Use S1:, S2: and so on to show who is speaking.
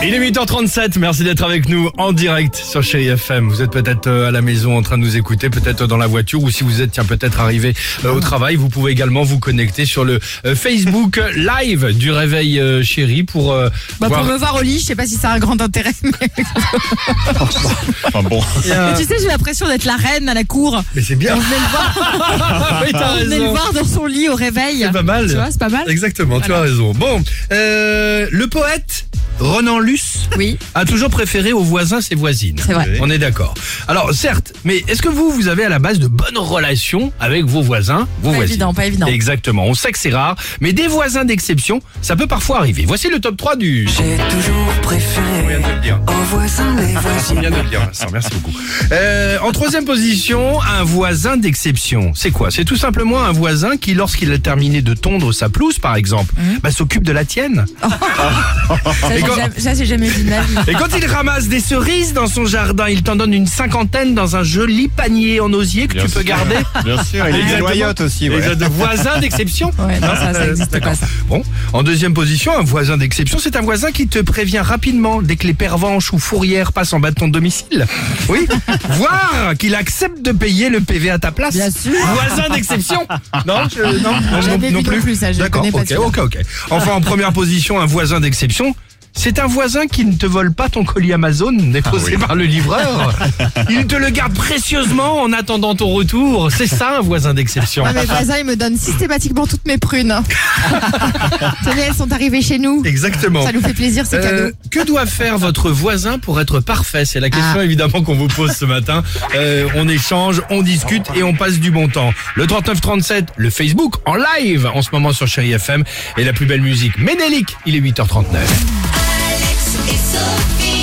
S1: Il est 8h37, merci d'être avec nous en direct sur Chéri FM. Vous êtes peut-être euh, à la maison en train de nous écouter, peut-être dans la voiture ou si vous êtes tiens peut-être arrivé euh, au travail, vous pouvez également vous connecter sur le euh, Facebook Live du réveil euh, Chéri pour euh,
S2: Bah,
S1: voir
S2: Pour me voir au lit, je sais pas si ça a un grand intérêt. Mais...
S3: Enfin bon.
S1: Ah.
S2: Mais tu sais, j'ai l'impression d'être la reine à la cour.
S1: Mais c'est bien.
S2: On venait le voir,
S1: Oui, t'as
S2: on venait le
S1: raison.
S2: voir dans son lit au réveil.
S1: Ah. C'est pas mal.
S2: Tu vois, c'est pas mal.
S1: Exactement, tu as raison. Bon, euh, le poète Renan Luce
S2: Oui.
S1: a toujours préféré aux voisins ses voisines.
S2: C'est vrai.
S1: On est d'accord. Alors certes, mais est-ce que vous, vous avez à la base de bonnes relations avec vos voisins, vos
S2: Pas
S1: voisines
S2: évident, pas évident.
S1: Exactement, on sait que c'est rare, mais des voisins d'exception, ça peut parfois arriver. Voici le top 3 du...
S4: J'ai toujours
S1: On vient
S4: préféré
S1: de le dire.
S4: aux voisins les
S1: On vient
S4: voisins.
S1: de le dire, Vincent, merci beaucoup. Euh, en troisième position, un voisin d'exception. C'est quoi C'est tout simplement un voisin qui, lorsqu'il a terminé de tondre sa pelouse, par exemple, bah, s'occupe de la tienne.
S2: Hum. Oh. Ça, j'ai
S1: quand-
S2: jamais- ça, j'ai jamais vu de ma vie.
S1: Et quand il ramasse des cerises dans son jardin, il t'en donne une cinquantaine dans un joli panier en osier que
S3: Bien
S1: tu peux
S3: sûr.
S1: garder.
S3: Bien sûr, il
S1: Exactement.
S3: est loyote aussi. ouais.
S1: Et de voisin d'exception.
S2: Ouais, non, ça, ça
S1: Euh,
S2: existe
S1: d'accord.
S2: pas, ça.
S1: Bon, en deuxième position, un voisin d'exception, c'est un voisin qui te prévient rapidement dès que les pervenches ou fourrières passent en bas de ton domicile. Oui, voire qu'il accepte de payer le PV à ta place.
S2: Bien sûr.
S1: Voisin d'exception. Non, je- non, non,
S2: J'avais vu non plus, ça, je
S1: D'accord,
S2: connais pas
S1: ok,
S2: celui-là.
S1: ok, ok. Enfin, en première position, un voisin d'exception. C'est un voisin qui ne te vole pas ton colis Amazon
S2: Ah
S1: déposé par le livreur. Il te le garde précieusement en attendant ton retour. C'est ça un voisin d'exception.
S2: Ah, mes voisins, ils me donnent systématiquement toutes mes prunes. Tenez, elles sont arrivées chez nous.
S1: Exactement.
S2: Ça nous fait plaisir, c'est
S1: Euh,
S2: cadeau.
S1: que doit faire votre voisin pour être parfait C'est la
S2: Ah.
S1: question évidemment qu'on vous pose ce matin. Euh, on échange, on discute et on passe du bon temps. Le 3937, le Facebook en live en ce moment sur Chéri FM et la plus belle musique. Ménélique, il est 8h39.
S5: Alex et Sophie.